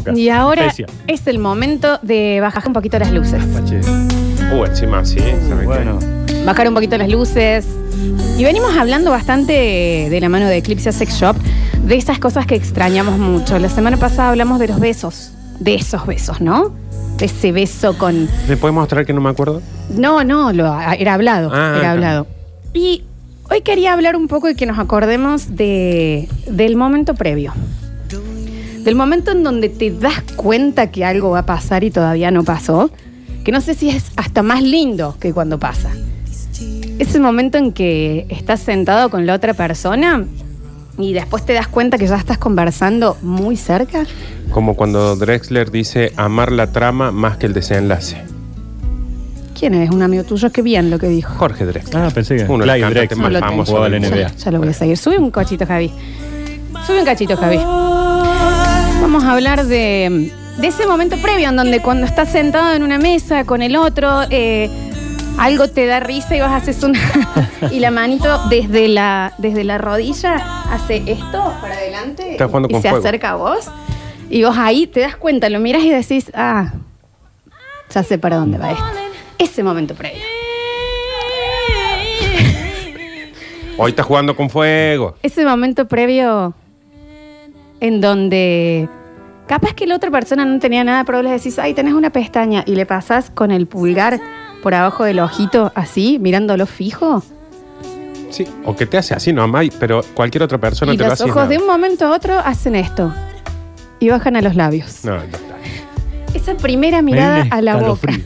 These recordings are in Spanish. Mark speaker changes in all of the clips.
Speaker 1: acá.
Speaker 2: Y ahora
Speaker 1: Especia.
Speaker 2: es el momento de bajar un poquito las luces.
Speaker 1: Pache.
Speaker 3: Uh, encima sí, ¿sabes qué?
Speaker 1: Bueno,
Speaker 2: Bajar un poquito las luces. Y venimos hablando bastante de la mano de Eclipse Sex Shop, de esas cosas que extrañamos mucho. La semana pasada hablamos de los besos, de esos besos, ¿no? De ese beso con...
Speaker 3: ¿Me puedes mostrar que no me acuerdo?
Speaker 2: No, no, lo, era hablado,
Speaker 3: Ah,
Speaker 2: era
Speaker 3: ah,
Speaker 2: hablado. Y hoy quería hablar un poco y que nos acordemos de, del momento previo. Del momento en donde te das cuenta que algo va a pasar y todavía no pasó, que no sé si es hasta más lindo que cuando pasa. Ese momento en que estás sentado con la otra persona y después te das cuenta que ya estás conversando muy cerca.
Speaker 3: Como cuando Drexler dice amar la trama más que el desenlace.
Speaker 2: ¿Quién es? Un amigo tuyo, qué bien lo que dijo.
Speaker 3: Jorge Drexler.
Speaker 1: ah, pensé que.
Speaker 3: Uno de los
Speaker 1: Clyde
Speaker 3: cantantes
Speaker 1: Drexler,
Speaker 3: más
Speaker 2: No lo tengo.
Speaker 3: famosos
Speaker 1: jugaba
Speaker 3: del
Speaker 1: en la
Speaker 3: mundo.
Speaker 1: NBA.
Speaker 2: Ya, ya lo voy a seguir. Sube un cachito, Javi. Sube un cachito, Javi. Vamos a hablar de, de ese momento previo en donde cuando estás sentado en una mesa con el otro, eh, algo te da risa y vas a hacer una... y la manito desde la, desde la rodilla hace esto para adelante
Speaker 3: Está jugando
Speaker 2: y
Speaker 3: con
Speaker 2: se
Speaker 3: fuego.
Speaker 2: acerca a vos. Y vos ahí te das cuenta, lo miras y decís, ah, ya sé para dónde va esto. Ese momento previo.
Speaker 3: Hoy está jugando con fuego.
Speaker 2: ese momento previo en donde capaz que la otra persona no tenía nada, pero vos le decís, ay, tenés una pestaña y le pasás con el pulgar por abajo del ojito, así, mirándolo fijo.
Speaker 3: Sí, o que te hace así nomás, y- pero cualquier otra persona
Speaker 2: y
Speaker 3: te lo
Speaker 2: los
Speaker 3: hace. y
Speaker 2: ojos
Speaker 3: nada.
Speaker 2: de un momento a otro hacen esto. Y bajan a los labios.
Speaker 3: No, no, no.
Speaker 2: Esa primera
Speaker 1: Me dio un
Speaker 2: mirada a la boca.
Speaker 1: escalofrío.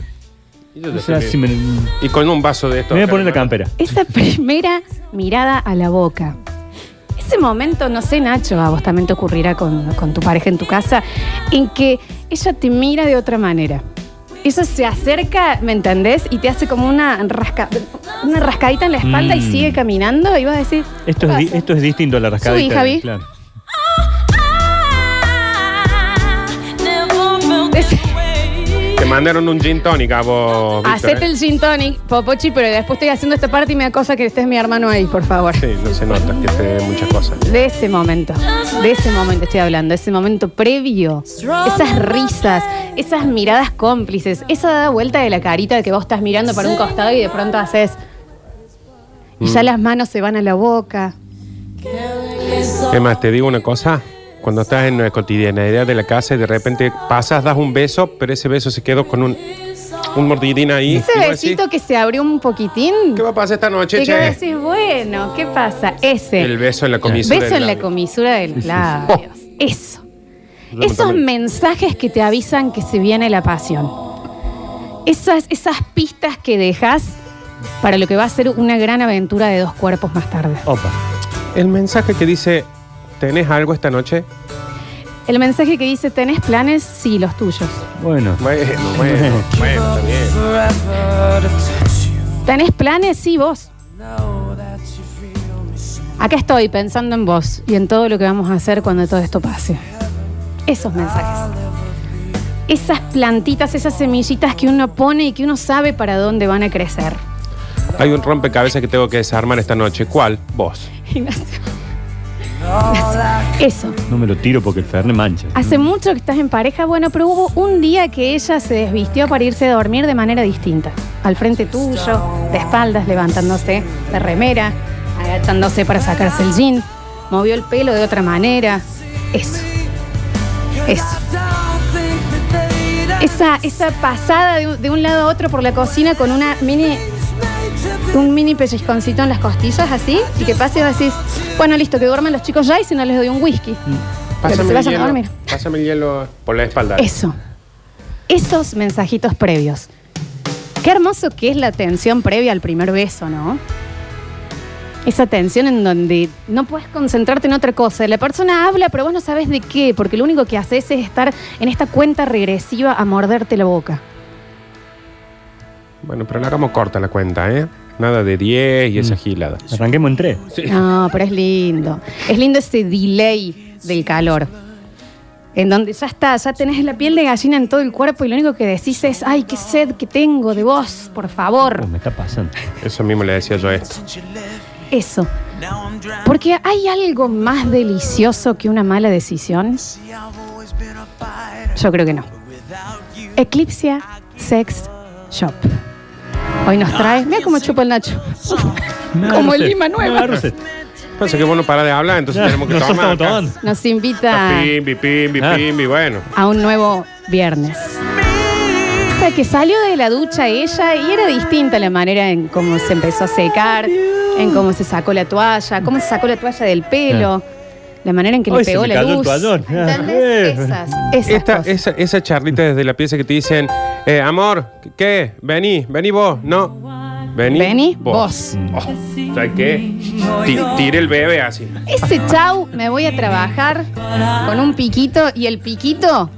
Speaker 3: Y yo
Speaker 1: O
Speaker 3: te
Speaker 1: sea,
Speaker 3: estoy
Speaker 1: si me, me
Speaker 3: viendo. Y con un vaso de esto.
Speaker 1: voy a
Speaker 3: acá,
Speaker 1: poner la
Speaker 3: hermano.
Speaker 1: campera.
Speaker 2: Esa primera mirada a la boca. Ese momento, no sé, Nacho, a vos también te ocurrirá con, con tu pareja en tu casa, en que ella te mira de otra manera. Eso se acerca, ¿me entendés? Y te hace como una, rasca- una rascadita en la espalda y
Speaker 1: Mm.
Speaker 2: sigue caminando y vas a decir,
Speaker 1: Esto es,
Speaker 2: ¿qué
Speaker 1: di-
Speaker 2: pasa?
Speaker 1: esto es distinto a la rascadita.
Speaker 2: Subí, Javi.
Speaker 1: Claro.
Speaker 3: Te mandaron un gin tonic a vos. Víctor,
Speaker 2: Hacete
Speaker 3: ¿eh?
Speaker 2: el gin tonic, Popochi, pero después estoy haciendo esta parte y me da cosa que estés mi hermano ahí, por favor.
Speaker 3: Sí, no se nota que te dé muchas cosas.
Speaker 2: De ese momento, de ese momento estoy hablando, ese momento previo, esas risas, esas miradas cómplices, esa dada vuelta de la carita de que vos estás mirando para un costado y de pronto haces. Y
Speaker 3: Mm.
Speaker 2: ya las manos se van a la boca.
Speaker 3: Es más, te digo una cosa. Cuando estás en la cotidianidad de la casa y de repente pasas, das un beso, pero ese beso se quedó con un, un mordidín ahí.
Speaker 2: Ese
Speaker 3: Y vos
Speaker 2: besito
Speaker 3: decís,
Speaker 2: que se abrió un poquitín.
Speaker 3: ¿Qué va a pasar esta noche,
Speaker 2: Te
Speaker 3: che?
Speaker 2: quedas decís, bueno, ¿qué pasa? Ese.
Speaker 3: El beso en la comisura.
Speaker 2: Beso en la
Speaker 3: comisura.
Speaker 2: comisura de los labios. Eso. Esos mensajes que te avisan que se viene la pasión. Esas, esas pistas que dejas para lo que va a ser una gran aventura de dos cuerpos más tarde.
Speaker 1: Opa.
Speaker 3: El mensaje que dice, ¿tenés algo esta noche?
Speaker 2: El mensaje que dice, ¿tenés planes? Sí, los tuyos.
Speaker 1: Bueno.
Speaker 3: Bueno, bueno, bueno, está bien.
Speaker 2: ¿Tenés planes? Sí, vos. Acá estoy pensando en vos y en todo lo que vamos a hacer cuando todo esto pase. Esos mensajes. Esas plantitas, esas semillitas que uno pone y que uno sabe para dónde van a crecer.
Speaker 3: Hay un rompecabezas que tengo que desarmar esta noche. ¿Cuál? Vos.
Speaker 2: Ignacio. Ignacio. Eso.
Speaker 1: No me lo tiro porque el Fernet mancha.
Speaker 2: Hace mucho que estás en pareja, bueno, pero hubo un día que ella se desvistió para irse a dormir de manera distinta. Al frente tuyo, de espaldas, levantándose la remera, agachándose para sacarse el jean, movió el pelo de otra manera. Eso. Eso. Esa, esa pasada de, un- de un lado a otro por la cocina con una mini, un mini pellizconcito en las costillas, así, y que pases así. Bueno, listo, que duerman los chicos ya y si no les doy un whisky. Pero se vayan a dormir.
Speaker 3: Pásame el hielo por la espalda.
Speaker 2: Eso. Esos mensajitos previos. Qué hermoso que es la tensión previa al primer beso, ¿no? Esa tensión en donde no puedes concentrarte en otra cosa. La persona habla, pero vos no sabes de qué, porque lo único que haces es estar en esta cuenta regresiva a morderte la boca.
Speaker 3: Bueno, pero la hagamos corta la cuenta, ¿eh? Nada de 10 y esa gilada.
Speaker 1: Arranquemos en tres.
Speaker 2: No, pero es lindo. Es lindo ese delay del calor. En donde ya está, ya tenés la piel de gallina en todo el cuerpo y lo único que decís es, ay, qué sed que tengo de vos, por favor.
Speaker 1: Oh, me está pasando.
Speaker 3: Eso mismo le decía yo a esto.
Speaker 2: Eso. Porque hay algo más delicioso que una mala decisión. Yo creo que no. Eclipsia Sex Shop. Hoy nos trae. Mira cómo chupa el Nacho. Como el Lima Nueva.
Speaker 3: Pasa que vos no parás de hablar, entonces tenemos que
Speaker 1: Nosotros
Speaker 3: tomar.
Speaker 1: estamos
Speaker 3: acá.
Speaker 1: tomando.
Speaker 2: Nos invita
Speaker 3: Pimbi, pimbi,
Speaker 1: Ah.
Speaker 3: pimbi, bueno.
Speaker 2: a un nuevo viernes. O sea, que salió de la ducha ella y era distinta la manera en cómo se empezó a secar, en cómo se sacó la toalla, cómo se sacó la toalla del pelo, la manera en que
Speaker 1: Hoy
Speaker 2: le
Speaker 1: se
Speaker 2: pegó
Speaker 1: me
Speaker 2: la
Speaker 1: cayó el
Speaker 2: luz.
Speaker 1: toallón.
Speaker 2: ¿Entendés? Esas, esas
Speaker 3: Esta,
Speaker 2: cosas.
Speaker 3: esa, esa charlita desde la pieza que te dicen, eh, amor, ¿qué? Vení, vení vos, no. Vení,
Speaker 2: Vení vos.
Speaker 3: Oh, ¿Sabes qué? Ti- Tire el bebé así.
Speaker 2: Ese chau, me voy a trabajar con un piquito y el piquito,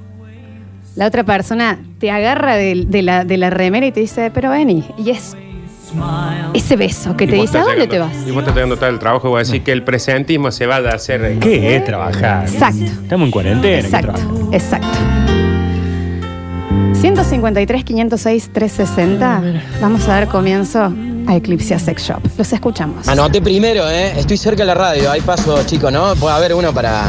Speaker 2: la otra persona te agarra del- de, la, de la remera y te dice, pero vení. Y es ese beso que
Speaker 3: Y
Speaker 2: te
Speaker 3: vos
Speaker 2: dice, ¿a
Speaker 3: estás
Speaker 2: dónde te
Speaker 3: llegando-
Speaker 2: vas?
Speaker 3: Y vos estás llegando tarde el trabajo, voy a decir que el presentismo se va a hacer. eh,
Speaker 1: Mm. ¿Qué es trabajar?
Speaker 2: Exacto.
Speaker 1: Estamos en cuarentena. hay que
Speaker 2: Exacto,
Speaker 1: trabajar.
Speaker 2: exacto. 153, 506, 360. Vamos a dar comienzo a Eclipse Sex Shop. Los escuchamos.
Speaker 4: Anoté primero, ¿eh? Estoy cerca de la radio. Ahí paso, chicos, ¿no? Puede haber uno para.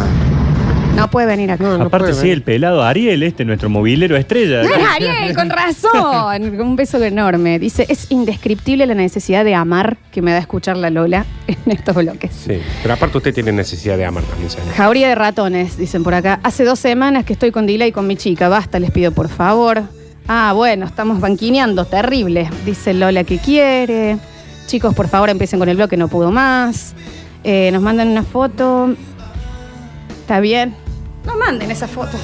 Speaker 2: No puede venir acá.
Speaker 3: No, no
Speaker 1: Aparte,
Speaker 3: puede
Speaker 1: sí,
Speaker 3: ver.
Speaker 1: el pelado Ariel, este, nuestro movilero estrella.
Speaker 2: No, es Ariel, con razón. Un beso enorme. Dice, es indescriptible la necesidad de amar que me da escuchar la Lola en estos bloques.
Speaker 3: Sí, pero aparte usted tiene necesidad de amar también, señor.
Speaker 2: Jauría de ratones, dicen por acá. Hace dos semanas que estoy con Dila y con mi chica. Basta, les pido por favor. Ah, bueno, estamos banquineando, terrible. Dice Lola que quiere. Chicos, por favor, empiecen con el bloque, no pudo más. Eh, nos mandan una foto. ¿Está bien? No manden esa foto.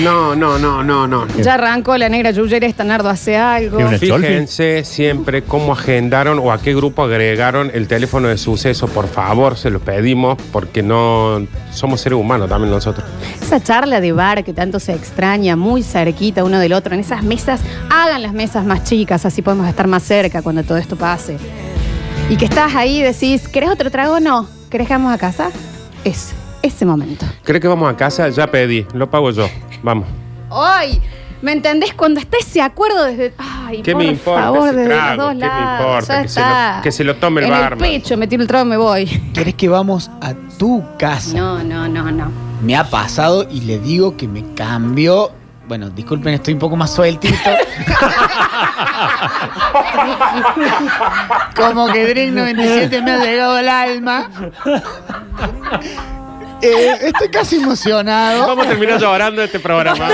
Speaker 3: No, no, no, no, no.
Speaker 2: Ya arrancó la negra Yuyera, esta Nardo hace algo.
Speaker 1: Qué una
Speaker 3: Fíjense siempre cómo agendaron o a qué grupo agregaron el teléfono de suceso. Por favor, se lo pedimos porque no somos seres humanos también nosotros.
Speaker 2: Esa charla de bar que tanto se extraña, muy cerquita uno del otro, en esas mesas, hagan las mesas más chicas, así podemos estar más cerca cuando todo esto pase. Y que estás ahí y decís, ¿querés otro trago? No. ¿Querés que vamos a casa? Es ese momento.
Speaker 3: ¿Cree que vamos a casa? Ya pedí, lo pago yo. Vamos.
Speaker 2: ¡Ay! ¿Me entendés? Cuando esté ese acuerdo desde. ¡Ay,
Speaker 3: ¿Qué
Speaker 2: por
Speaker 3: me importa
Speaker 2: favor,
Speaker 3: ese
Speaker 2: desde los
Speaker 3: trago?
Speaker 2: dos
Speaker 3: ¿Qué me
Speaker 2: lados,
Speaker 3: importa?
Speaker 2: ya
Speaker 3: Que se lo-
Speaker 2: está.
Speaker 3: que se lo tome el
Speaker 2: en
Speaker 3: barman.
Speaker 2: el pecho, me tiro el trago y me voy.
Speaker 5: ¿Querés que vamos a tu casa?
Speaker 2: No, no, no, no.
Speaker 5: Me ha pasado y le digo que me cambió. Bueno, disculpen, estoy un poco más sueltito. Como que Drake 97 me ha llegado el alma. Eh, estoy casi emocionado.
Speaker 3: Vamos a terminar llorando este programa.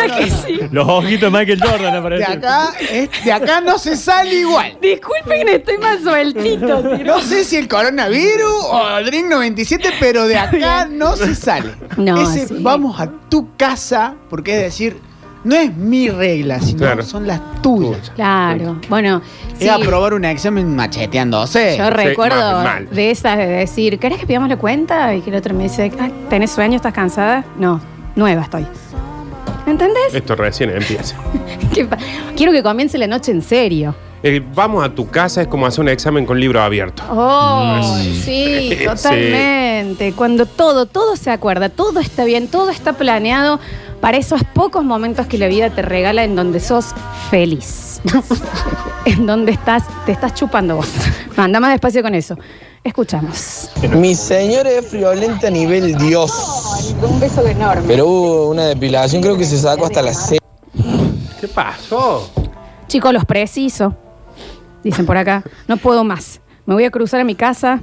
Speaker 1: Los ojitos de Michael Jordan
Speaker 5: De
Speaker 1: aparecen.
Speaker 5: acá, eh, de acá no se sale igual.
Speaker 2: Disculpen, estoy más sueltito, tío.
Speaker 5: No sé si el coronavirus o el Drink 97, pero de acá no se sale.
Speaker 2: No,
Speaker 5: Ese
Speaker 2: sí.
Speaker 5: vamos a tu casa, porque es decir, no es mi regla, sino
Speaker 3: Claro.
Speaker 5: son las tuyas.
Speaker 2: Claro. Bueno, sí.
Speaker 5: Es aprobar un examen macheteándose.
Speaker 2: Yo recuerdo
Speaker 3: mal, mal.
Speaker 2: de esas de decir, ¿querés que pidamos la cuenta? Y que el otro me dice, "Ah, ¿tenés sueño? ¿Estás cansada? No, nueva estoy. ¿Me entendés?
Speaker 3: Esto recién empieza.
Speaker 2: Que pa- Quiero que comience la noche en serio.
Speaker 3: El Eh, vamos a tu casa es como hacer un examen con libro abierto.
Speaker 2: Oh, sí,
Speaker 3: Sí.
Speaker 2: totalmente. Cuando todo, todo se acuerda, todo está bien, todo está planeado para esos pocos momentos que la vida te regala en donde sos feliz. en donde estás, te estás chupando vos. No, anda más despacio con eso. Escuchamos.
Speaker 4: Mi señora es friolenta a nivel Dios.
Speaker 2: Un beso enorme.
Speaker 4: Pero hubo una depilación, creo que se sacó hasta las seis.
Speaker 3: ¿Qué pasó?
Speaker 2: Chicos, los preciso. Dicen por acá, no puedo más. Me voy a cruzar a mi casa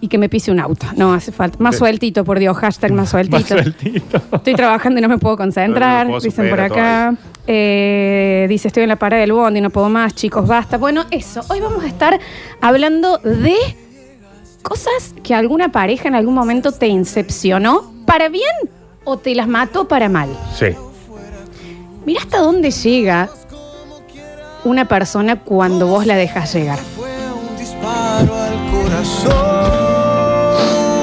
Speaker 2: y que me pise un auto. No hace falta. Más sueltito, por Dios. Hashtag más sueltito.
Speaker 1: Más sueltito.
Speaker 2: Estoy trabajando y no me puedo concentrar.
Speaker 3: No, no puedo
Speaker 2: dicen por
Speaker 3: superar
Speaker 2: acá. Eh, dice, estoy en la parada del bondi, no puedo más, chicos, basta. Bueno, eso. Hoy vamos a estar hablando de cosas que alguna pareja en algún momento te incepcionó para bien o te las mató para mal.
Speaker 3: Sí.
Speaker 2: Mira hasta dónde llega una persona cuando vos la dejas llegar.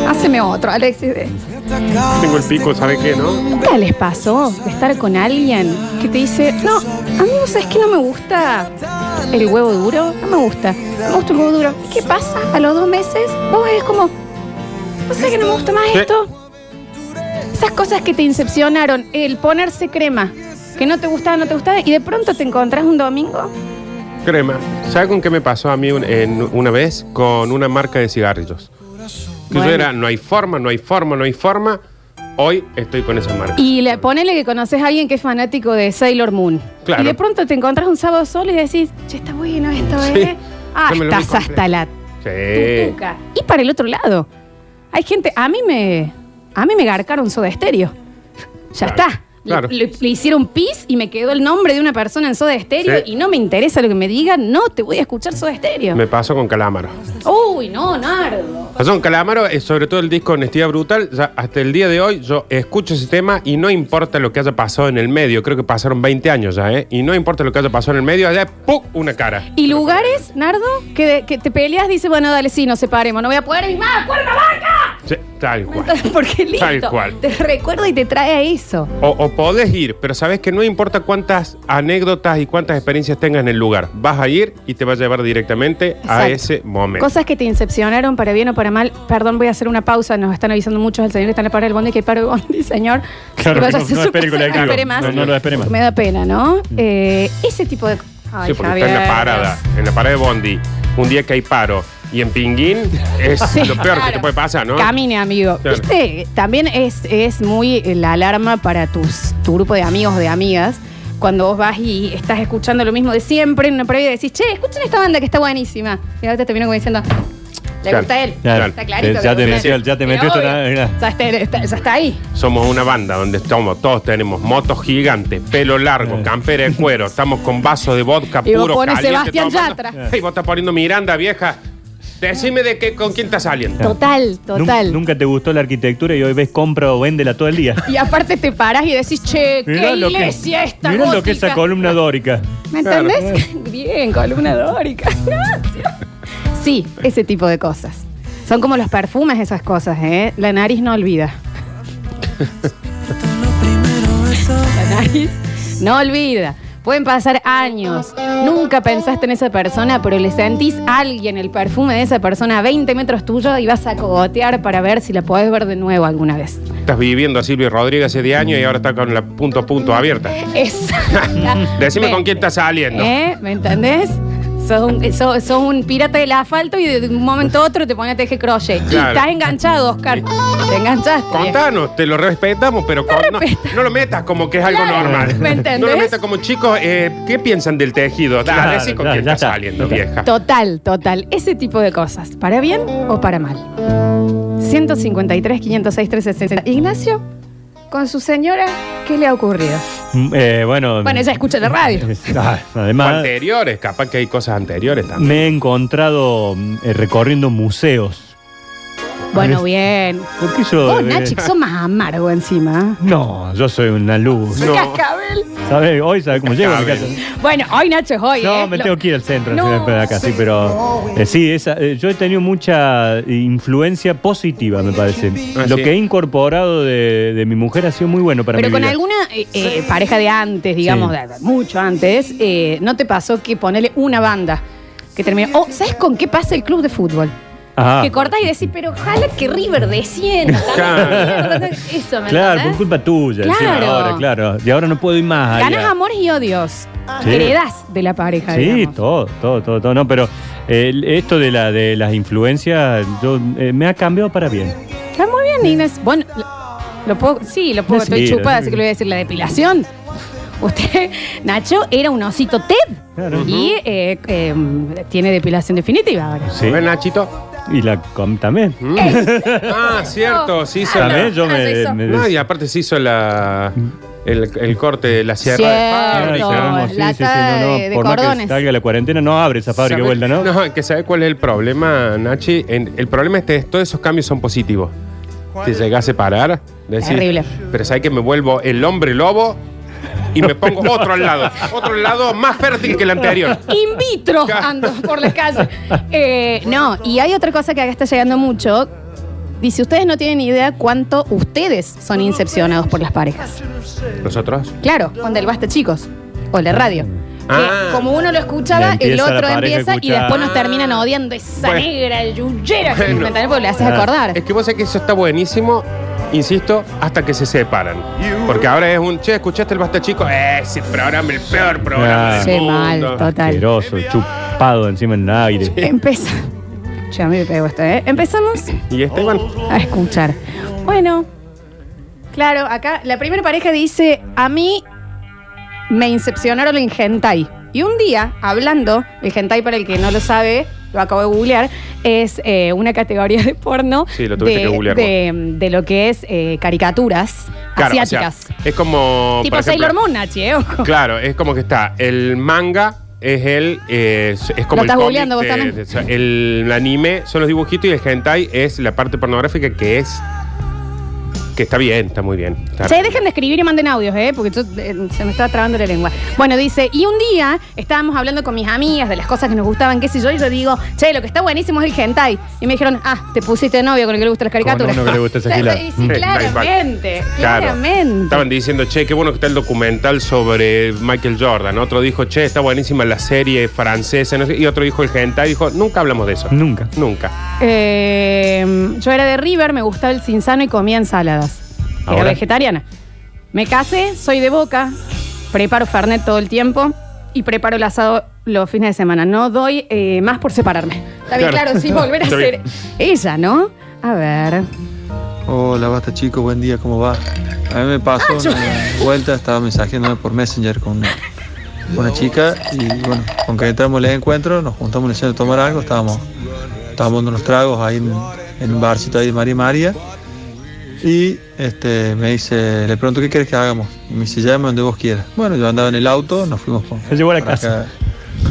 Speaker 2: Haceme otro, Alexis.
Speaker 3: Tengo el pico, ¿sabe qué, no?
Speaker 2: ¿Nunca les pasó de estar con alguien que te dice, no, a mí no sabes que no me gusta el huevo duro? No me gusta. No me gusta el huevo duro. ¿Y ¿Qué pasa? A los dos meses vos es como, no sé que no me gusta más
Speaker 3: Sí.
Speaker 2: esto. Esas cosas que te incepcionaron, el ponerse crema, que no te gustaba, no te gustaba, y de pronto te encontrás un domingo.
Speaker 3: Crema. ¿Sabe con qué me pasó a mí un- en- una vez? Con una marca de cigarrillos. Que yo
Speaker 2: Bueno.
Speaker 3: era, no hay forma, no hay forma, no hay forma. Hoy estoy con esa marca.
Speaker 2: Y le, ponele que conoces a alguien que es fanático de Sailor Moon.
Speaker 3: Claro.
Speaker 2: Y de pronto te encontrás un sábado solo y decís, che, está bueno esto,
Speaker 3: Sí.
Speaker 2: ¿eh? Ah,
Speaker 3: Yo me lo vi
Speaker 2: estás
Speaker 3: completo.
Speaker 2: hasta la
Speaker 3: Sí.
Speaker 2: tutuca. Y para el otro lado, hay gente, a mí me, a mí me garcaron Soda Estéreo. Ya
Speaker 3: Claro,
Speaker 2: está. Le-
Speaker 3: claro.
Speaker 2: Le, le hicieron pis y me quedó el nombre de una persona en Soda Estéreo
Speaker 3: Sí.
Speaker 2: y no me interesa lo que me digan, no te voy a escuchar Soda Estéreo.
Speaker 3: Me paso con Calamaro.
Speaker 2: Uy, no, Nardo.
Speaker 3: Pasó con Calamaro, eh, sobre todo el disco Honestidad Brutal. ya hasta el día de hoy yo escucho ese tema y no importa lo que haya pasado en el medio. Creo que pasaron 20 años ya, ¿eh? Y no importa lo que haya pasado en el medio, allá ¡pum! una cara.
Speaker 2: ¿Y lugares, Nardo, que, de- que te peleas? Dice, bueno, dale, sí, nos separemos, no voy a poder ir más, Cuernavaca.
Speaker 3: Sí, tal cual.
Speaker 2: Entonces, Porque listo,
Speaker 3: Tal cual.
Speaker 2: te recuerda y te trae a eso.
Speaker 3: O, o podés ir, pero sabes que no importa cuántas anécdotas y cuántas experiencias tengas en el lugar. Vas a ir y te va a llevar directamente a
Speaker 2: Exacto.
Speaker 3: ese momento.
Speaker 2: Cosas que te incepcionaron para bien o para mal. Perdón, voy a hacer una pausa. Nos están avisando muchos al señor que está en la parada del bondi que paro el bondi, señor.
Speaker 1: Claro,
Speaker 2: Que vaya
Speaker 1: no-
Speaker 2: a hacer
Speaker 1: no
Speaker 2: su
Speaker 1: espere
Speaker 2: cosa,
Speaker 1: con el
Speaker 2: no
Speaker 1: galo.
Speaker 2: espere más.
Speaker 1: No, no lo espere más. Mm.
Speaker 2: Me da pena, ¿no? Eh, ese tipo de... Ay,
Speaker 3: sí, porque
Speaker 2: Javier.
Speaker 3: está en la parada, en la parada de Bondi. Un día que hay paro y en Pinguín es
Speaker 2: Sí,
Speaker 3: lo peor que
Speaker 2: claro.
Speaker 3: te puede pasar, ¿no?
Speaker 2: Camine, amigo.
Speaker 3: Claro.
Speaker 2: Viste, también es, es muy la alarma para tus, tu grupo de amigos o de amigas. Cuando vos vas y estás escuchando lo mismo de siempre en una previa y decís, che, escuchen esta banda que está buenísima. Y ahora te termino como diciendo, le
Speaker 3: Claro.
Speaker 2: gusta a él.
Speaker 1: Claro. Eh,
Speaker 2: Está clarito.
Speaker 1: Ya
Speaker 2: le gusta
Speaker 1: te
Speaker 2: a él.
Speaker 1: metió- ya te
Speaker 2: Era
Speaker 1: metió
Speaker 2: obvio.
Speaker 1: esta- era-
Speaker 2: Ya está, está- ya está ahí.
Speaker 3: Somos una banda donde estamos, todos tenemos motos gigantes, pelo largo, campera de cuero, estamos con vasos de vodka
Speaker 2: Y vos
Speaker 3: puro,
Speaker 2: pones Sebastián
Speaker 3: tomando.
Speaker 2: Yatra.
Speaker 3: Y vos estás poniendo Miranda, vieja. Decime de qué, con quién estás saliendo.
Speaker 2: Total, total.
Speaker 1: Nun- Nunca te gustó la arquitectura y hoy ves compra o véndela todo el día.
Speaker 2: Y aparte te parás y decís, che,
Speaker 1: Mirá
Speaker 2: qué iglesia esta
Speaker 1: mirá lo que es
Speaker 2: gótica.
Speaker 1: esa columna dórica.
Speaker 2: ¿Me
Speaker 3: Claro.
Speaker 2: entendés? Bien, columna dórica. Gracias. Sí, ese tipo de cosas. Son como los perfumes esas cosas, ¿eh? La nariz no olvida. La nariz no olvida. Pueden pasar años. Nunca pensaste en esa persona, pero le sentís a alguien el perfume de esa persona a 20 metros tuyo y vas a cogotear para ver si la podés ver de nuevo alguna vez.
Speaker 3: Estás viviendo a Silvio Rodríguez hace 10 años y ahora está con la punto a punto abierta.
Speaker 2: Exacta.
Speaker 3: Decime
Speaker 2: Ven.
Speaker 3: con quién estás saliendo.
Speaker 2: ¿Eh? ¿Me entendés? Sos un, sos- sos un pirata del asfalto y de un momento a otro te pones a tejer crochet. Y
Speaker 3: Claro.
Speaker 2: estás enganchado, Oscar. Te enganchaste.
Speaker 3: Contanos, te lo respetamos, pero con- no, no lo metas como que es algo
Speaker 2: Claro,
Speaker 3: normal.
Speaker 2: ¿me entendés?
Speaker 3: No lo metas como chicos, eh, ¿qué piensan del tejido? Dale,
Speaker 1: Claro,
Speaker 3: sí, con
Speaker 1: ya-
Speaker 3: quién
Speaker 1: ya
Speaker 3: estás
Speaker 1: está.
Speaker 3: saliendo,
Speaker 1: Ya está.
Speaker 3: vieja.
Speaker 2: Total, total. Ese tipo de cosas. ¿Para bien o para mal? 153, 506, 360. Ignacio, con su señora, ¿qué le ha ocurrido?
Speaker 1: Mm, eh, bueno.
Speaker 2: Bueno, ella escucha la radio.
Speaker 1: Ah,
Speaker 3: O
Speaker 1: Además,
Speaker 3: anteriores, capaz que hay cosas anteriores también.
Speaker 1: me he encontrado mm, eh, recorriendo museos.
Speaker 2: Bueno, bien.
Speaker 1: ¿Por qué yo?
Speaker 2: Vos,
Speaker 1: eh,
Speaker 2: Nachi, sos más amargo encima.
Speaker 1: No, yo soy una luz.
Speaker 3: No.
Speaker 2: Cascabel.
Speaker 1: ¿Sabes? Hoy sabes cómo llego a mi casa.
Speaker 2: Bueno, hoy Nacho es hoy.
Speaker 1: No,
Speaker 2: ¿eh?
Speaker 1: me
Speaker 2: Lo-
Speaker 1: tengo que ir al centro
Speaker 2: No.
Speaker 1: eh, para acá, sí, pero eh, sí, esa, eh, yo he tenido mucha influencia positiva, me parece.
Speaker 3: Ah,
Speaker 1: Lo
Speaker 3: sí.
Speaker 1: que he incorporado de, de mi mujer ha sido muy bueno para
Speaker 2: Pero
Speaker 1: mi
Speaker 2: con
Speaker 1: vida.
Speaker 2: alguna eh, eh, pareja de antes, digamos,
Speaker 1: Sí.
Speaker 2: de- de mucho antes, eh, ¿no te pasó que ponerle una banda que termina? Oh, ¿sabes con qué pasa el club de fútbol?
Speaker 1: Ajá.
Speaker 2: Que cortás y decís, pero ojalá que River descienda.
Speaker 3: Claro.
Speaker 2: Eso, ¿me
Speaker 1: Claro, por
Speaker 2: entendés?
Speaker 1: culpa tuya. encima
Speaker 2: Claro.
Speaker 1: ahora, claro. Y ahora no puedo ir más allá.
Speaker 2: Ganas amores y odios.
Speaker 1: Sí.
Speaker 2: Heredás de la pareja,
Speaker 1: Sí,
Speaker 2: digamos.
Speaker 1: todo, todo, todo, todo. No, pero eh, esto de, la, de las influencias yo, eh, me ha cambiado para bien.
Speaker 2: Está muy bien, Inés. Bueno, lo- lo puedo, sí, lo puedo, estoy
Speaker 1: Sí,
Speaker 2: chupada,
Speaker 1: sí.
Speaker 2: así que le voy a decir la depilación. Usted, Nacho, era un osito Ted.
Speaker 1: Claro.
Speaker 2: Y eh, eh, tiene depilación definitiva ahora.
Speaker 1: Sí.
Speaker 3: ¿Ves, Nachito?
Speaker 1: Y la com también.
Speaker 3: Ah, cierto, sí hizo la-
Speaker 1: También yo
Speaker 2: Ah, se
Speaker 1: me,
Speaker 2: hizo.
Speaker 1: me-
Speaker 3: No, y aparte se hizo la, el, el corte de la sierra
Speaker 1: "Ah,
Speaker 3: de
Speaker 2: Cierto.
Speaker 3: fábrica.
Speaker 1: Claro,
Speaker 2: lata de- de
Speaker 1: por más que
Speaker 2: cordones.
Speaker 1: salga la cuarentena, no abre esa fábrica de
Speaker 3: ¿Sabe-
Speaker 1: vuelta, ¿no?
Speaker 3: No, que sabe cuál es el problema, Nachi. En- el problema es que todos esos cambios son positivos. Si llegas a separar, decir,
Speaker 2: Terrible.
Speaker 3: Pero sabes que me vuelvo el hombre lobo y me pongo otro al lado. Otro al lado más fértil que el anterior.
Speaker 2: In vitro ando por la calle. Eh, no, y hay otra cosa que acá está llegando mucho. Dice, ustedes no tienen idea cuánto ustedes son incepcionados por las parejas.
Speaker 3: ¿Nosotros?
Speaker 2: Claro, con el basta chicos. O la radio. Que
Speaker 3: Ah.
Speaker 2: como uno lo
Speaker 1: La
Speaker 2: escuchaba, el
Speaker 1: empieza la
Speaker 2: otro
Speaker 1: pareja a
Speaker 2: empieza y
Speaker 1: escuchar.
Speaker 2: después nos terminan odiando esa
Speaker 3: Bueno.
Speaker 2: negra, el yuyera, que
Speaker 3: Bueno. Eh,
Speaker 2: ¿me entendés? Porque le haces
Speaker 1: Claro.
Speaker 2: acordar.
Speaker 3: Es que vos sabés que eso está buenísimo, insisto, hasta que se separan. Porque ahora es un, che, ¿escuchaste el Basta Chico? Ese programa, el peor programa
Speaker 1: Ah.
Speaker 3: del
Speaker 2: Sí,
Speaker 3: mundo.
Speaker 2: mal, total.
Speaker 3: eh.
Speaker 1: Asqueroso, chupado encima en el aire.
Speaker 2: Empieza. Che, a mí me pegó esta, ¿eh? Empezamos
Speaker 3: Y Esteban,
Speaker 2: a escuchar. Bueno, claro, acá la primera pareja dice, a mí me incepcionaron en hentai. Y un día, hablando, el hentai para el que no lo sabe, lo acabo de googlear, es eh, una categoría de porno
Speaker 3: Sí, lo tuviste
Speaker 2: de,
Speaker 3: que googlear vos.
Speaker 2: de, de lo que es eh, caricaturas
Speaker 3: claro, o sea,
Speaker 2: asiáticas.
Speaker 3: es como.
Speaker 2: tipo
Speaker 3: por ejemplo,
Speaker 2: Sailor Moon, Nachi, eh, ojo.
Speaker 3: Claro, es como que está el manga. Es el. eh, Es, es
Speaker 2: Lo
Speaker 3: como
Speaker 2: estás
Speaker 3: el. cómic
Speaker 2: googleando vos
Speaker 3: de-
Speaker 2: también.
Speaker 3: de- o sea, el, el anime son los dibujitos y el hentai es la parte pornográfica que es. Que está bien, está muy bien. Está-
Speaker 2: Se dejen de escribir y manden audios, ¿eh? Porque yo, eh, se me está trabando la lengua. Bueno, dice, y un día estábamos hablando con mis amigas de las cosas que nos gustaban, qué sé yo, y yo digo, che, lo que está buenísimo es el hentai. Y me dijeron, ah, te pusiste de novio con el que le gustan las caricaturas.
Speaker 1: Con uno que le gusta ese
Speaker 2: Sí,
Speaker 1: gilado.
Speaker 2: sí, sí,
Speaker 3: Mm.
Speaker 2: claramente,
Speaker 3: Claro.
Speaker 2: claramente.
Speaker 3: Estaban diciendo, che, qué bueno que está el documental sobre Michael Jordan. Otro dijo, che, está buenísima la serie francesa. no sé- Y otro dijo el hentai. Dijo, nunca hablamos de eso.
Speaker 1: Nunca.
Speaker 3: Nunca.
Speaker 2: Eh, yo era de River, me gustaba el cinzano y comía ensaladas. Era
Speaker 1: Ahora.
Speaker 2: vegetariana. Me casé, soy de Boca, preparo Fernet todo el tiempo y preparo el asado los fines de semana. No doy eh, más por separarme. Está bien, claro,
Speaker 3: Claro.
Speaker 2: sí, volver a
Speaker 3: Está
Speaker 2: ser
Speaker 3: bien.
Speaker 2: ella, ¿no? A ver.
Speaker 6: Hola, basta chicos, buen día, ¿cómo va? A mí me pasó una vuelta, estaba mensajeándome por Messenger con una, una chica y bueno, concretamos el encuentro, nos juntamos en el centro a tomar algo, estábamos, estábamos dando unos tragos ahí en, en un barcito ahí de María María y este, me dice, le pregunto qué quieres que hagamos y me dice, llame donde vos quieras. Bueno, yo andaba en el auto, nos fuimos por-
Speaker 1: Se llevó a la
Speaker 6: para
Speaker 1: casa.
Speaker 6: acá,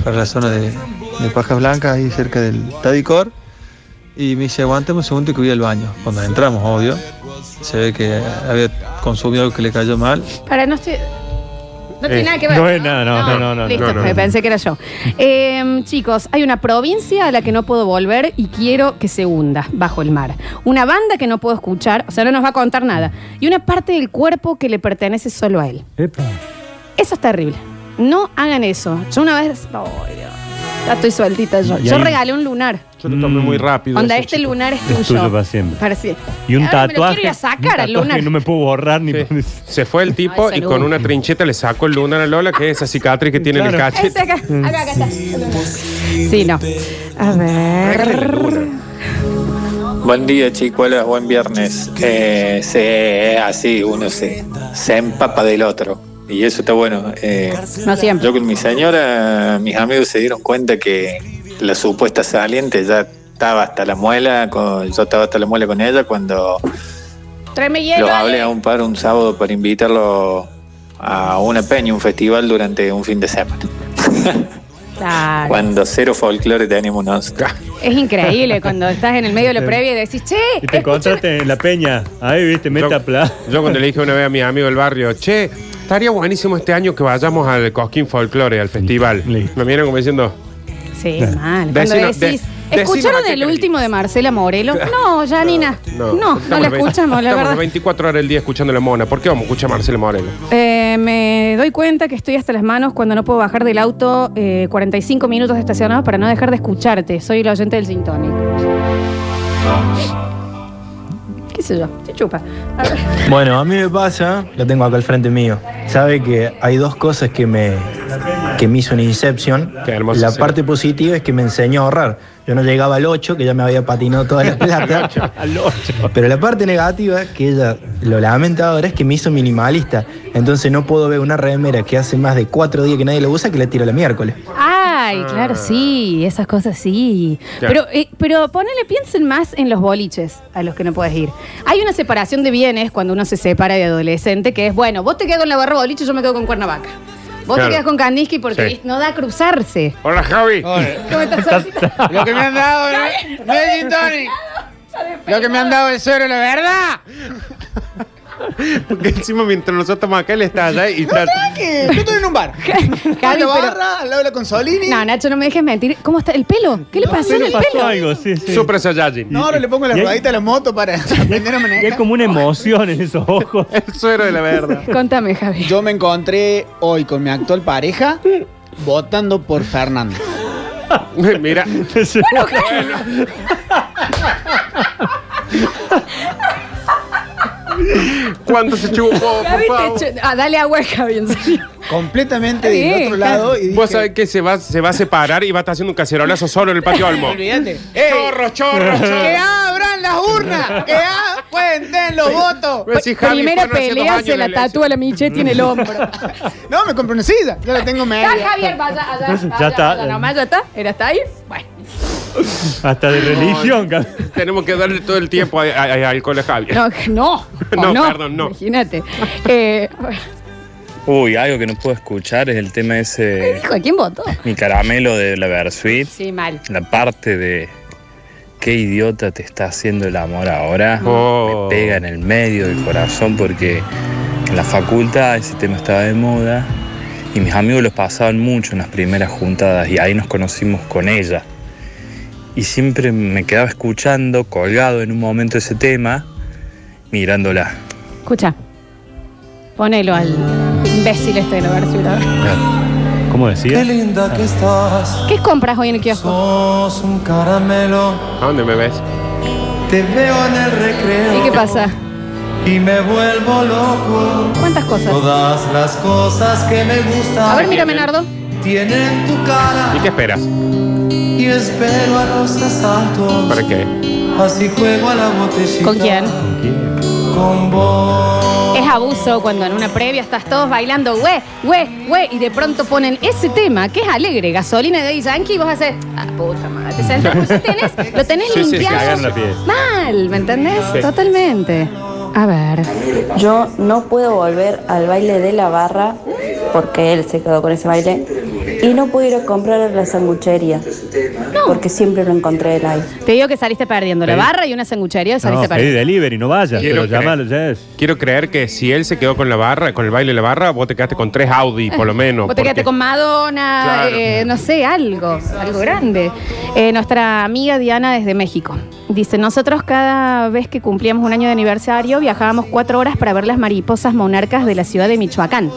Speaker 6: para la zona de, de Pajas Blancas, ahí cerca del Tadicor. Y me dice, aguántame un segundo que voy al baño. Cuando entramos, obvio, se ve que había consumido algo que le cayó mal.
Speaker 2: Para, no estoy. No tiene
Speaker 1: Eh,
Speaker 2: nada que ver.
Speaker 1: no es nada, no, no, no, no,
Speaker 2: Listo,
Speaker 3: no, no,
Speaker 2: me
Speaker 3: no.
Speaker 2: pensé que era yo. Eh, chicos, hay una provincia a la que no puedo volver y quiero que se hunda bajo el mar. Una banda que no puedo escuchar, o sea, no nos va a contar nada. Y una parte del cuerpo que le pertenece solo a él.
Speaker 1: Epa.
Speaker 2: Eso es terrible. No hagan eso. Yo una vez. ay, Dios. Ya estoy sueltita yo.
Speaker 1: Y
Speaker 2: Yo
Speaker 1: ahí-
Speaker 2: regalé un lunar.
Speaker 3: Yo lo tomé
Speaker 1: Mm.
Speaker 3: muy rápido.
Speaker 2: Onda,
Speaker 3: ese,
Speaker 2: este
Speaker 3: chico.
Speaker 2: lunar es
Speaker 1: Es
Speaker 2: tuyo.
Speaker 1: tuyo para siempre.
Speaker 2: Para siempre.
Speaker 1: Y un
Speaker 2: Ahora me lo
Speaker 1: tatuaje.
Speaker 2: quiero ir a sacar
Speaker 1: un
Speaker 2: al
Speaker 1: tatuaje
Speaker 2: lunar.
Speaker 1: que No me puedo borrar ni.
Speaker 3: Sí. Se fue el tipo
Speaker 2: Ay,
Speaker 3: y
Speaker 2: salud.
Speaker 3: con una trincheta le sacó el lunar a Lola, que es esa cicatriz que tiene en el
Speaker 1: Claro.
Speaker 3: cachete.
Speaker 2: Ese Este acá, acá, acá está. Sí, no. A
Speaker 3: Regálale el
Speaker 2: ver.
Speaker 3: lunar.
Speaker 7: Buen día, chicuelas, buen viernes. Eh, sí, es así, uno se, se empapa del otro. Y eso está bueno. Eh,
Speaker 2: No siempre.
Speaker 7: yo con mi señora, mis amigos se dieron cuenta que la supuesta saliente ya estaba hasta la muela, con- yo estaba hasta la muela con ella cuando
Speaker 2: Tráeme hielo.
Speaker 7: los hablé
Speaker 2: Ale.
Speaker 7: a un par un sábado para invitarlo a una peña, un festival durante un fin de semana.
Speaker 2: Claro.
Speaker 7: Cuando cero folclore tenemos nosotros.
Speaker 2: Es increíble cuando estás en el medio de la previa y decís, che,
Speaker 1: Y
Speaker 2: escucha-
Speaker 1: te encontraste en la peña. Ahí viste, meta pla.
Speaker 3: Yo cuando le dije una vez a mi amigo del barrio, che, estaría buenísimo este año que vayamos al Cosquín Folklore, al festival.
Speaker 1: Sí.
Speaker 3: Me miran como diciendo,
Speaker 2: Sí, mal. Cuando
Speaker 3: Decino-
Speaker 2: decís,
Speaker 3: de- decino
Speaker 2: ¿escucharon
Speaker 3: a qué
Speaker 2: el
Speaker 3: creí".
Speaker 2: último de Marcela Morelo? No, Janina. No, no,
Speaker 3: estamos
Speaker 2: la
Speaker 3: ve-
Speaker 2: escuchamos, la
Speaker 3: estamos
Speaker 2: verdad.
Speaker 3: 24 horas del día escuchando la mona. ¿Por qué vamos a escuchar a Marcelo Moreno?
Speaker 2: Eh, me doy cuenta que estoy hasta las manos cuando no puedo bajar del auto eh, 45 minutos estacionados para no dejar de escucharte. Soy la oyente del Sintonic. ¿Qué sé yo? Se chupa. A ver.
Speaker 8: Bueno, a mí me pasa, lo tengo acá al frente mío. Sabe que hay dos cosas que me, que me hizo una Inception.
Speaker 3: Qué hermoso
Speaker 8: La
Speaker 3: ser.
Speaker 8: parte positiva es que me enseñó a ahorrar. Yo no llegaba al 8, que ya me había patinado toda la plata.
Speaker 1: Al 8.
Speaker 8: Pero la parte negativa, que ella lo lamenta ahora, es que me hizo minimalista. Entonces no puedo ver una remera que hace más de cuatro días que nadie la usa que la tiro la miércoles.
Speaker 3: Ah.
Speaker 2: Ay, claro, sí, esas cosas sí.
Speaker 3: Claro.
Speaker 2: Pero, eh, pero ponele, piensen más en los boliches a los que no puedes ir. Hay una separación de bienes cuando uno se separa de adolescente, que es, bueno, vos te quedas con la barra boliche, yo me quedo con Cuernavaca. Vos
Speaker 3: Claro.
Speaker 2: te quedas con Kandinsky porque
Speaker 3: Sí.
Speaker 2: no da a cruzarse.
Speaker 3: Hola, Javi.
Speaker 2: ¿Cómo estás, Solcita?
Speaker 5: Lo que me han dado, no, no es gin tonic. Lo que me han dado es suero, la verdad.
Speaker 3: Porque encima mientras nosotros estamos acá, él está allá y está...
Speaker 5: ¿Qué? Yo estoy en un bar.
Speaker 2: Javi,
Speaker 5: la barra,
Speaker 2: pero-
Speaker 5: al lado de la consolini.
Speaker 2: No, Nacho, no me dejes mentir. ¿Cómo está? ¿El pelo? ¿Qué le pasó en
Speaker 1: Sí,
Speaker 2: el
Speaker 1: pasó
Speaker 2: pelo?
Speaker 1: algo, sí, sí.
Speaker 3: Super Saiyajin.
Speaker 5: No, ahora le pongo la
Speaker 1: Y hay-
Speaker 5: ruedita a la moto para aprender a
Speaker 1: Y hay
Speaker 5: manejar.
Speaker 1: como una emoción en esos ojos.
Speaker 3: El suero de la verdad.
Speaker 2: Contame, Javi.
Speaker 5: Yo me encontré hoy con mi actual pareja votando por Fernando.
Speaker 3: Mira, ¿cuánto se chupó, por
Speaker 2: Javi,
Speaker 3: favor?
Speaker 2: te echo- Ah, dale agua, Javi, en serio.
Speaker 5: completamente
Speaker 2: Está
Speaker 5: del
Speaker 2: bien,
Speaker 5: otro lado y dije,
Speaker 3: Vos sabés Pues que se va, se va a separar y va a estar haciendo un cacerolazo solo en el patio Olmo.
Speaker 5: Olvídate.
Speaker 3: ¡Chorro, chorro,
Speaker 5: ¡Que
Speaker 3: chorro!
Speaker 5: abran las urnas! ¡Que a- cuenten los votos!
Speaker 3: Voy a decir, Javi,
Speaker 2: Primera
Speaker 3: fueron haciendo
Speaker 2: pelea
Speaker 3: baño
Speaker 2: se
Speaker 3: en
Speaker 2: la
Speaker 3: el éxito.
Speaker 2: tatúa la Michetti en el hombro.
Speaker 5: No, me compré una silla. Ya la tengo media.
Speaker 2: Ya, Javier, vaya, allá. allá,
Speaker 1: Ya está.
Speaker 2: allá nomás, ya está. ¿Era hasta ahí? Bueno.
Speaker 1: Hasta de religión. cabrón.
Speaker 3: Tenemos que darle todo el tiempo a- a- a- al cole Javier.
Speaker 2: No, que no. o
Speaker 3: No, perdón, no.
Speaker 2: Imagínate. Eh, bueno,
Speaker 9: Uy, algo que no puedo escuchar es el tema ese,
Speaker 2: dijo, ¿a quién votó?
Speaker 9: mi caramelo de la Versuit,
Speaker 2: Sí, mal.
Speaker 9: la parte de qué idiota te está haciendo el amor ahora,
Speaker 3: Oh.
Speaker 9: me pega en el medio del corazón porque en la facultad ese tema estaba de moda y mis amigos los pasaban mucho en las primeras juntadas y ahí nos conocimos con ella. Y siempre me quedaba escuchando, colgado en un momento ese tema, mirándola.
Speaker 2: Escucha. Ponelo al imbécil este de la versura.
Speaker 1: ¿Cómo decía?
Speaker 10: linda que estás,
Speaker 2: ¿Qué compras hoy en el kiosco?
Speaker 10: sos un caramelo.
Speaker 3: ¿A dónde me ves?
Speaker 10: Te veo en el recreo
Speaker 2: ¿Y qué pasa?
Speaker 10: y me vuelvo loco.
Speaker 2: ¿Cuántas cosas?
Speaker 10: Todas las cosas que
Speaker 2: A
Speaker 10: me
Speaker 2: ver,
Speaker 10: gustan
Speaker 2: mira, Menardo.
Speaker 10: tienen tu
Speaker 3: ¿Y
Speaker 10: cara
Speaker 3: qué esperas?
Speaker 10: y espero a los asaltos.
Speaker 3: ¿Para qué?
Speaker 10: Así juego a la botellita.
Speaker 2: ¿Con quién?
Speaker 10: Con vos.
Speaker 2: Es abuso cuando en una previa estás todos bailando, güey, güey, güey, y de pronto ponen ese tema que es alegre, gasolina de Yankee, y vos haces, ah, puta madre, te sentás, pues, lo tenés, lo tenés
Speaker 1: Sí, sí,
Speaker 2: limpiado.
Speaker 1: cagar en la piel.
Speaker 2: Mal, ¿me entendés? Totalmente. A ver.
Speaker 11: Yo no puedo volver al baile de la barra porque él se quedó con ese baile y no puedo ir a comprar a la sanguchería porque siempre lo encontré él ahí.
Speaker 2: Te digo que saliste perdiendo la
Speaker 1: Pedí-
Speaker 2: barra y una sanguchería, saliste
Speaker 1: No, pedí
Speaker 2: perdiendo.
Speaker 1: delivery, no vayas,
Speaker 3: Quiero
Speaker 1: pero
Speaker 3: creer.
Speaker 1: llamalo, ya es.
Speaker 3: Quiero creer que si él se quedó con la barra, con el baile de la barra, vos te quedaste con tres Audi, por lo menos.
Speaker 2: Eh, Vos te quedaste con
Speaker 3: porque-
Speaker 2: Madonna,
Speaker 3: Claro.
Speaker 2: eh, no sé, algo, algo grande. Eh, nuestra amiga Diana desde México. Dice, nosotros cada vez que cumplíamos un año de aniversario viajábamos cuatro horas para ver las mariposas monarcas de la ciudad de Michoacán.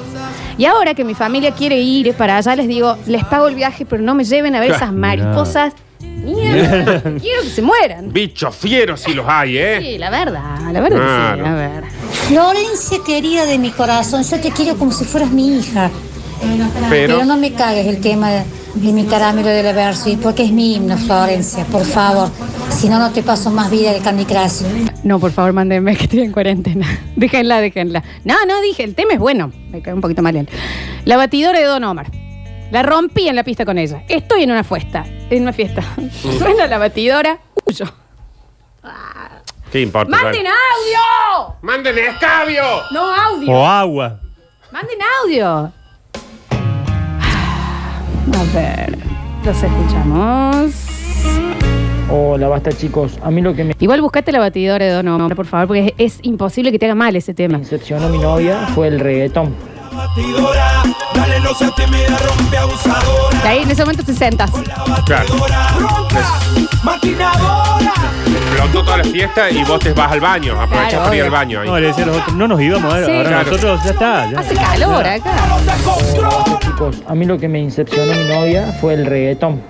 Speaker 2: Y ahora que mi familia quiere ir para allá, les digo, les pago el viaje, pero no me lleven a ver esas mariposas. Mierda, quiero que se mueran.
Speaker 3: Bichos fieros si los hay, ¿eh?
Speaker 2: Sí, la verdad, la verdad que sí,
Speaker 3: Claro.
Speaker 2: a ver.
Speaker 11: Florencia querida de mi corazón, yo te quiero como si fueras mi hija.
Speaker 3: Pero-
Speaker 11: no me cagues el tema de, de mi caramelo de la Versuit porque es mi himno, Florencia, por favor. Si no, no te paso más vida de Candy Crush.
Speaker 2: No, por favor, mándenme que estoy en cuarentena. Déjenla, déjenla. No, no, dije, el tema es bueno. Me quedé un poquito mal él. La batidora de Don Omar. La rompí en la pista con ella. Estoy en una fiesta. En una fiesta. Suena la batidora, huyo.
Speaker 3: ¿Qué importa?
Speaker 2: ¡Manden audio!
Speaker 3: ¡Manden escabio!
Speaker 2: No
Speaker 1: O
Speaker 2: audio.
Speaker 1: agua.
Speaker 2: ¡Manden audio! A ver, los escuchamos.
Speaker 4: Hola, basta chicos. A mí lo que me
Speaker 2: Igual buscate la batidora de Don Omar, por favor, porque es, es imposible que te haga mal ese tema.
Speaker 4: decepcionó mi novia fue el reggaetón.
Speaker 2: De ahí en ese momento te sentas.
Speaker 3: Claro. Explotó toda la fiesta y vos te vas al baño. Aprovechás
Speaker 2: Claro,
Speaker 3: para ir
Speaker 2: obvio.
Speaker 3: al baño ahí.
Speaker 1: No, le decía a los otros, no nos íbamos, ahora,
Speaker 2: Sí.
Speaker 1: ahora
Speaker 3: Claro.
Speaker 1: nosotros ya está. ya.
Speaker 2: Hace calor acá.
Speaker 4: Chicos, a mí lo que me decepcionó mi novia fue el reggaetón.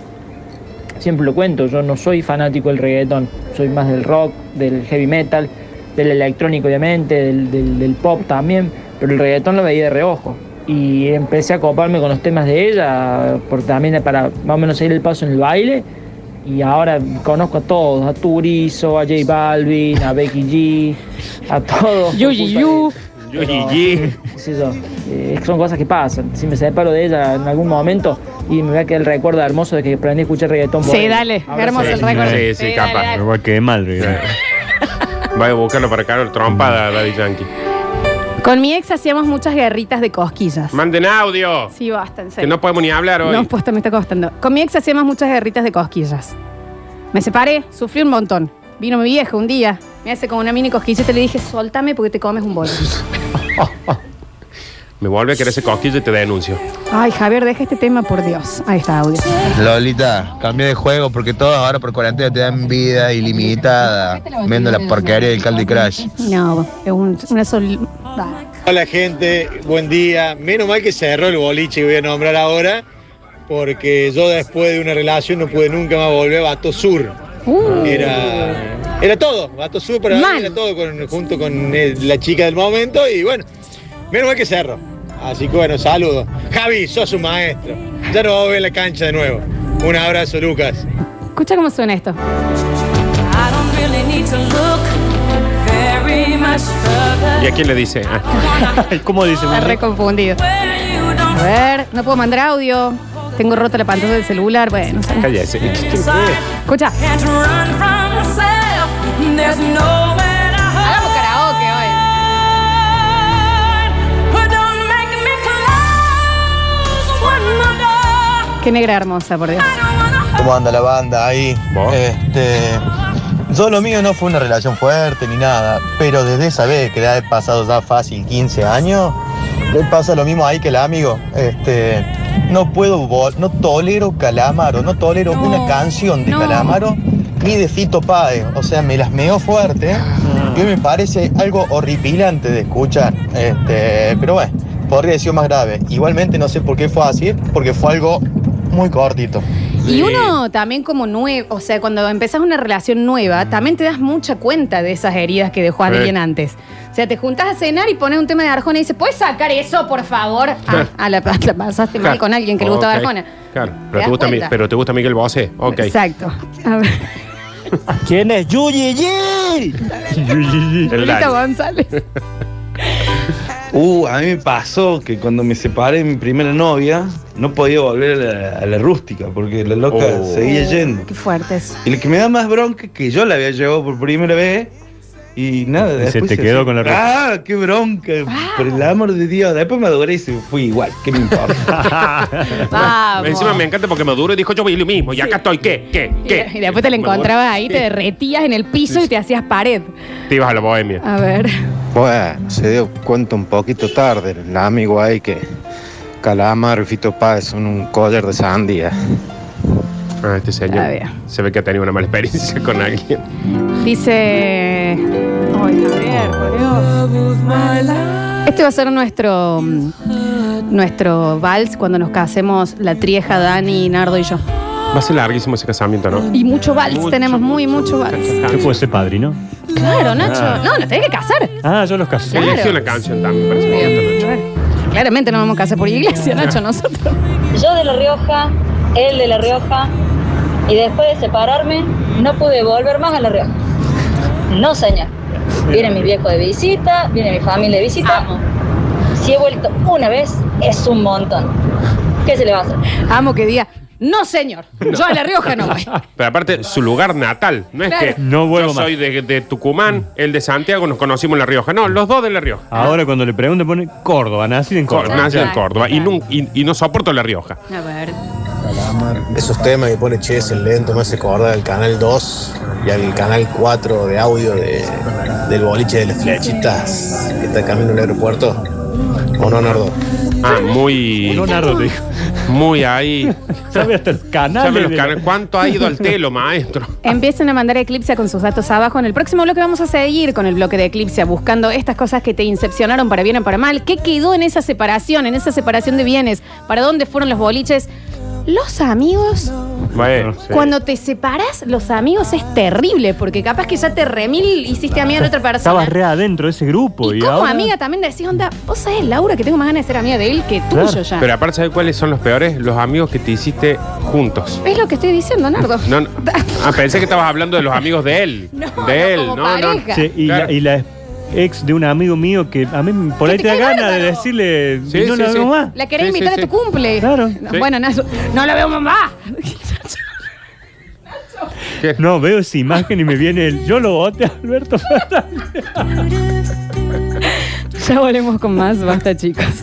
Speaker 4: Siempre lo cuento, yo no soy fanático del reggaetón, soy más del rock, del heavy metal, del electrónico obviamente, del, del- del pop también, pero el reggaetón lo veía de reojo. Y empecé a coparme con los temas de ella, por, también para más o menos seguir el paso en el baile. Y ahora conozco a todos, a Turizo, a J Balvin, a Becky G, a todos.
Speaker 2: Yuji Yu.
Speaker 3: Yo, Gigi.
Speaker 4: qué sé yo, eh, son cosas que pasan. Si me separo de ella en algún momento y me va a quedar el recuerdo hermoso de que aprendí a escuchar reggaetón. por
Speaker 2: Sí,
Speaker 4: ella.
Speaker 2: dale.
Speaker 4: Ahora
Speaker 2: hermoso
Speaker 3: sí,
Speaker 2: el récord.
Speaker 3: sí, sí,
Speaker 2: dale,
Speaker 3: capaz.
Speaker 1: Me
Speaker 2: dale.
Speaker 1: voy a quedar mal, Ricardo.
Speaker 3: Voy a buscarlo para Carol Trompa, Daddy Yankee.
Speaker 2: Con mi ex hacíamos muchas guerritas de cosquillas.
Speaker 3: ¡Manden audio!
Speaker 2: sí, basta, en
Speaker 3: Que
Speaker 2: serio.
Speaker 3: no podemos ni hablar hoy.
Speaker 2: No, pues me está costando. Con mi ex hacíamos muchas guerritas de cosquillas. Me separé, sufrí un montón. Vino mi viejo un día, me hace como una mini cosquilla y te le dije, soltame porque te comes un bol.
Speaker 3: Me vuelve a querer ese cosquillo y te denuncio.
Speaker 2: Ay, Javier, deja este tema, por Dios. Ahí está, audio.
Speaker 10: Lolita, cambia de juego porque todos ahora por cuarentena te dan vida ilimitada. Viendo la porquería del Candy Crush.
Speaker 2: No, es un- una sol... Ah.
Speaker 10: Hola gente, buen día. Menos mal que cerró el boliche que voy a nombrar ahora, porque yo después de una relación no pude nunca más volver a Bato Sur.
Speaker 2: Uh.
Speaker 10: Era, era todo, Bato Sur para mí
Speaker 2: Mal.
Speaker 10: eh, era todo con- junto con el- la chica del momento y bueno, menos mal que cerró. Así que bueno, saludos. Javi, sos un maestro. Ya nos vamos a ver en la cancha de nuevo. Un abrazo, Lucas.
Speaker 2: Escucha cómo suena esto.
Speaker 3: ¿Y a quién le dice? Ah.
Speaker 1: ¿Cómo dice?
Speaker 2: Está re confundido. A ver, no puedo mandar audio. Tengo rota la pantalla del celular. Bueno, no sé.
Speaker 3: Cállese.
Speaker 2: escucha. Hagamos karaoke hoy. Qué negra hermosa, por Dios.
Speaker 12: ¿Cómo anda la banda ahí? Este, yo lo mío no fue una relación fuerte ni nada, pero desde esa vez que ya he pasado ya fácil 15 años, le pasa lo mismo ahí que el amigo. Este, no puedo, vol- no tolero Calamaro, no tolero una canción de Calamaro ni de Fito Páez. O sea, me las meo fuerte y me parece algo horripilante de escuchar. Este, pero bueno, podría haber sido más grave. Igualmente no sé por qué fue así, porque fue algo muy cortito.
Speaker 2: Y uno también como nuevo, o sea, cuando empezás una relación
Speaker 3: Mm.
Speaker 2: nueva, también te das mucha cuenta de esas heridas que dejó alguien antes. O sea, te juntás a cenar y pones un tema de Arjona y dices, ¿puedes sacar eso, por favor? Ah, a la, la pasaste mal
Speaker 3: Claro.
Speaker 2: con alguien que le gustaba
Speaker 3: Ok.
Speaker 2: Arjona.
Speaker 3: Claro,
Speaker 2: ¿Te
Speaker 3: pero
Speaker 2: das
Speaker 3: te, gusta, mi-
Speaker 2: cuenta?
Speaker 3: pero te gusta Miguel Bosé. Ok.
Speaker 2: Exacto. A ver,
Speaker 3: ¿Quién es Yuyi?
Speaker 2: Lolita González.
Speaker 13: Uh, a mí me pasó que cuando me separé de mi primera novia, no podía volver a la, a la rústica, porque la loca
Speaker 2: Oh.
Speaker 13: seguía yendo.
Speaker 2: Qué fuertes.
Speaker 13: Y lo que me da más bronca es que yo la había llevado por primera vez y nada.
Speaker 1: Y se
Speaker 13: después
Speaker 1: te quedó con la
Speaker 13: ¡Ah, qué bronca! Por el amor de Dios. Después maduré y se fui igual, ¿qué me importa?
Speaker 2: Vamos.
Speaker 3: Encima me encanta porque Maduro dijo yo voy lo mismo y acá estoy. ¿Qué? ¿Qué? ¿Qué?
Speaker 2: Y después te la encontrabas ahí, te derretías en el piso y te hacías pared.
Speaker 3: Te ibas a la bohemia.
Speaker 2: A ver.
Speaker 14: Bueno, se dio cuenta un poquito tarde el amigo ahí que Calamar y Fito Páez son un collar de sandía.
Speaker 3: Ah, este señor se ve que ha tenido una mala experiencia con alguien.
Speaker 2: Dice. Ay, Javier, por Dios. Este va a ser nuestro. mm, Nuestro vals cuando nos casemos la trieja, Dani, Nardo y yo.
Speaker 3: Va a ser larguísimo ese casamiento, ¿no?
Speaker 2: Y mucho vals,
Speaker 3: Mucho,
Speaker 2: tenemos muy, mucho vals.
Speaker 1: Yo puedo ser padrino.
Speaker 2: Claro, Nacho.
Speaker 1: Ah.
Speaker 2: No, nos tenés que casar.
Speaker 1: Ah, yo los casé.
Speaker 2: Claro.
Speaker 3: Eligió la canción también, parece que me gusta, Nacho.
Speaker 2: Claramente no vamos a casar por iglesia, Nacho, nosotros.
Speaker 15: Yo de La Rioja, él de La Rioja, y después de separarme, no pude volver más a La Rioja. No, señor. Viene mi viejo de visita, viene mi familia de visita. Si he vuelto una vez, es un montón. ¿Qué se le va a hacer?
Speaker 2: Amo que diga, no, señor. Yo a La Rioja no voy.
Speaker 3: Pero aparte, su lugar natal. No es que
Speaker 2: Claro.
Speaker 1: No
Speaker 3: yo
Speaker 1: vuelvo
Speaker 3: soy de, de Tucumán, el de Santiago, nos conocimos en La Rioja. No, los dos de La Rioja.
Speaker 1: Ahora cuando le pregunten pone Córdoba, nacido en Córdoba.
Speaker 3: Nací en ¿Ah? Córdoba y, nun- y- y no soporto La Rioja.
Speaker 2: A ver.
Speaker 16: Esos temas que pone Che, es el lento, me hace acordar al canal 2 y al canal 4 de audio de- del boliche de las flechitas que está camino al aeropuerto. ¿O no, Nardo?
Speaker 3: Ah, muy.
Speaker 16: No, Nardo, te dijo.
Speaker 3: Muy ahí.
Speaker 1: ¿Sabe hasta el canal?
Speaker 3: ¿Sabe los
Speaker 1: de-
Speaker 3: canales? ¿Cuánto ha ido al telo, maestro?
Speaker 2: Empiecen a mandar Eclipse con sus datos abajo. En el próximo bloque vamos a seguir con el bloque de Eclipse, buscando estas cosas que te incepcionaron para bien o para mal. ¿Qué quedó en esa separación, en esa separación de bienes? ¿Para dónde fueron los boliches? Los amigos,
Speaker 3: Bueno, sí.
Speaker 2: cuando te separas, los amigos es terrible, porque capaz que ya te remil hiciste amiga de otra persona.
Speaker 1: Estabas re adentro de ese grupo. ¿Y,
Speaker 2: Como
Speaker 1: ahora?
Speaker 2: amiga también decís, onda, vos sabés, Laura, que tengo más ganas de ser amiga de él que tuyo ya.
Speaker 3: Pero aparte, ¿sabes cuáles son los peores? Los amigos que te hiciste juntos.
Speaker 2: Es lo que estoy diciendo, Nardo.
Speaker 3: No, no. Ah, pensé que estabas hablando de los amigos de él. de él,
Speaker 2: como
Speaker 3: no, no.
Speaker 2: pareja.
Speaker 1: Che, y, la, y la ex de un amigo mío que a mí por ahí te, da ganas de decirle
Speaker 3: Sí,
Speaker 1: no
Speaker 3: sí,
Speaker 1: lo
Speaker 3: sí.
Speaker 1: hago más.
Speaker 2: La querés
Speaker 1: Sí, sí,
Speaker 2: invitar
Speaker 1: sí.
Speaker 2: a tu cumple. No,
Speaker 1: Sí.
Speaker 2: Bueno, Nacho, no la veo mamá.
Speaker 1: No, veo esa imagen y me viene el yo lo voté a Alberto Fernández.
Speaker 2: Ya volvemos con más, basta chicos.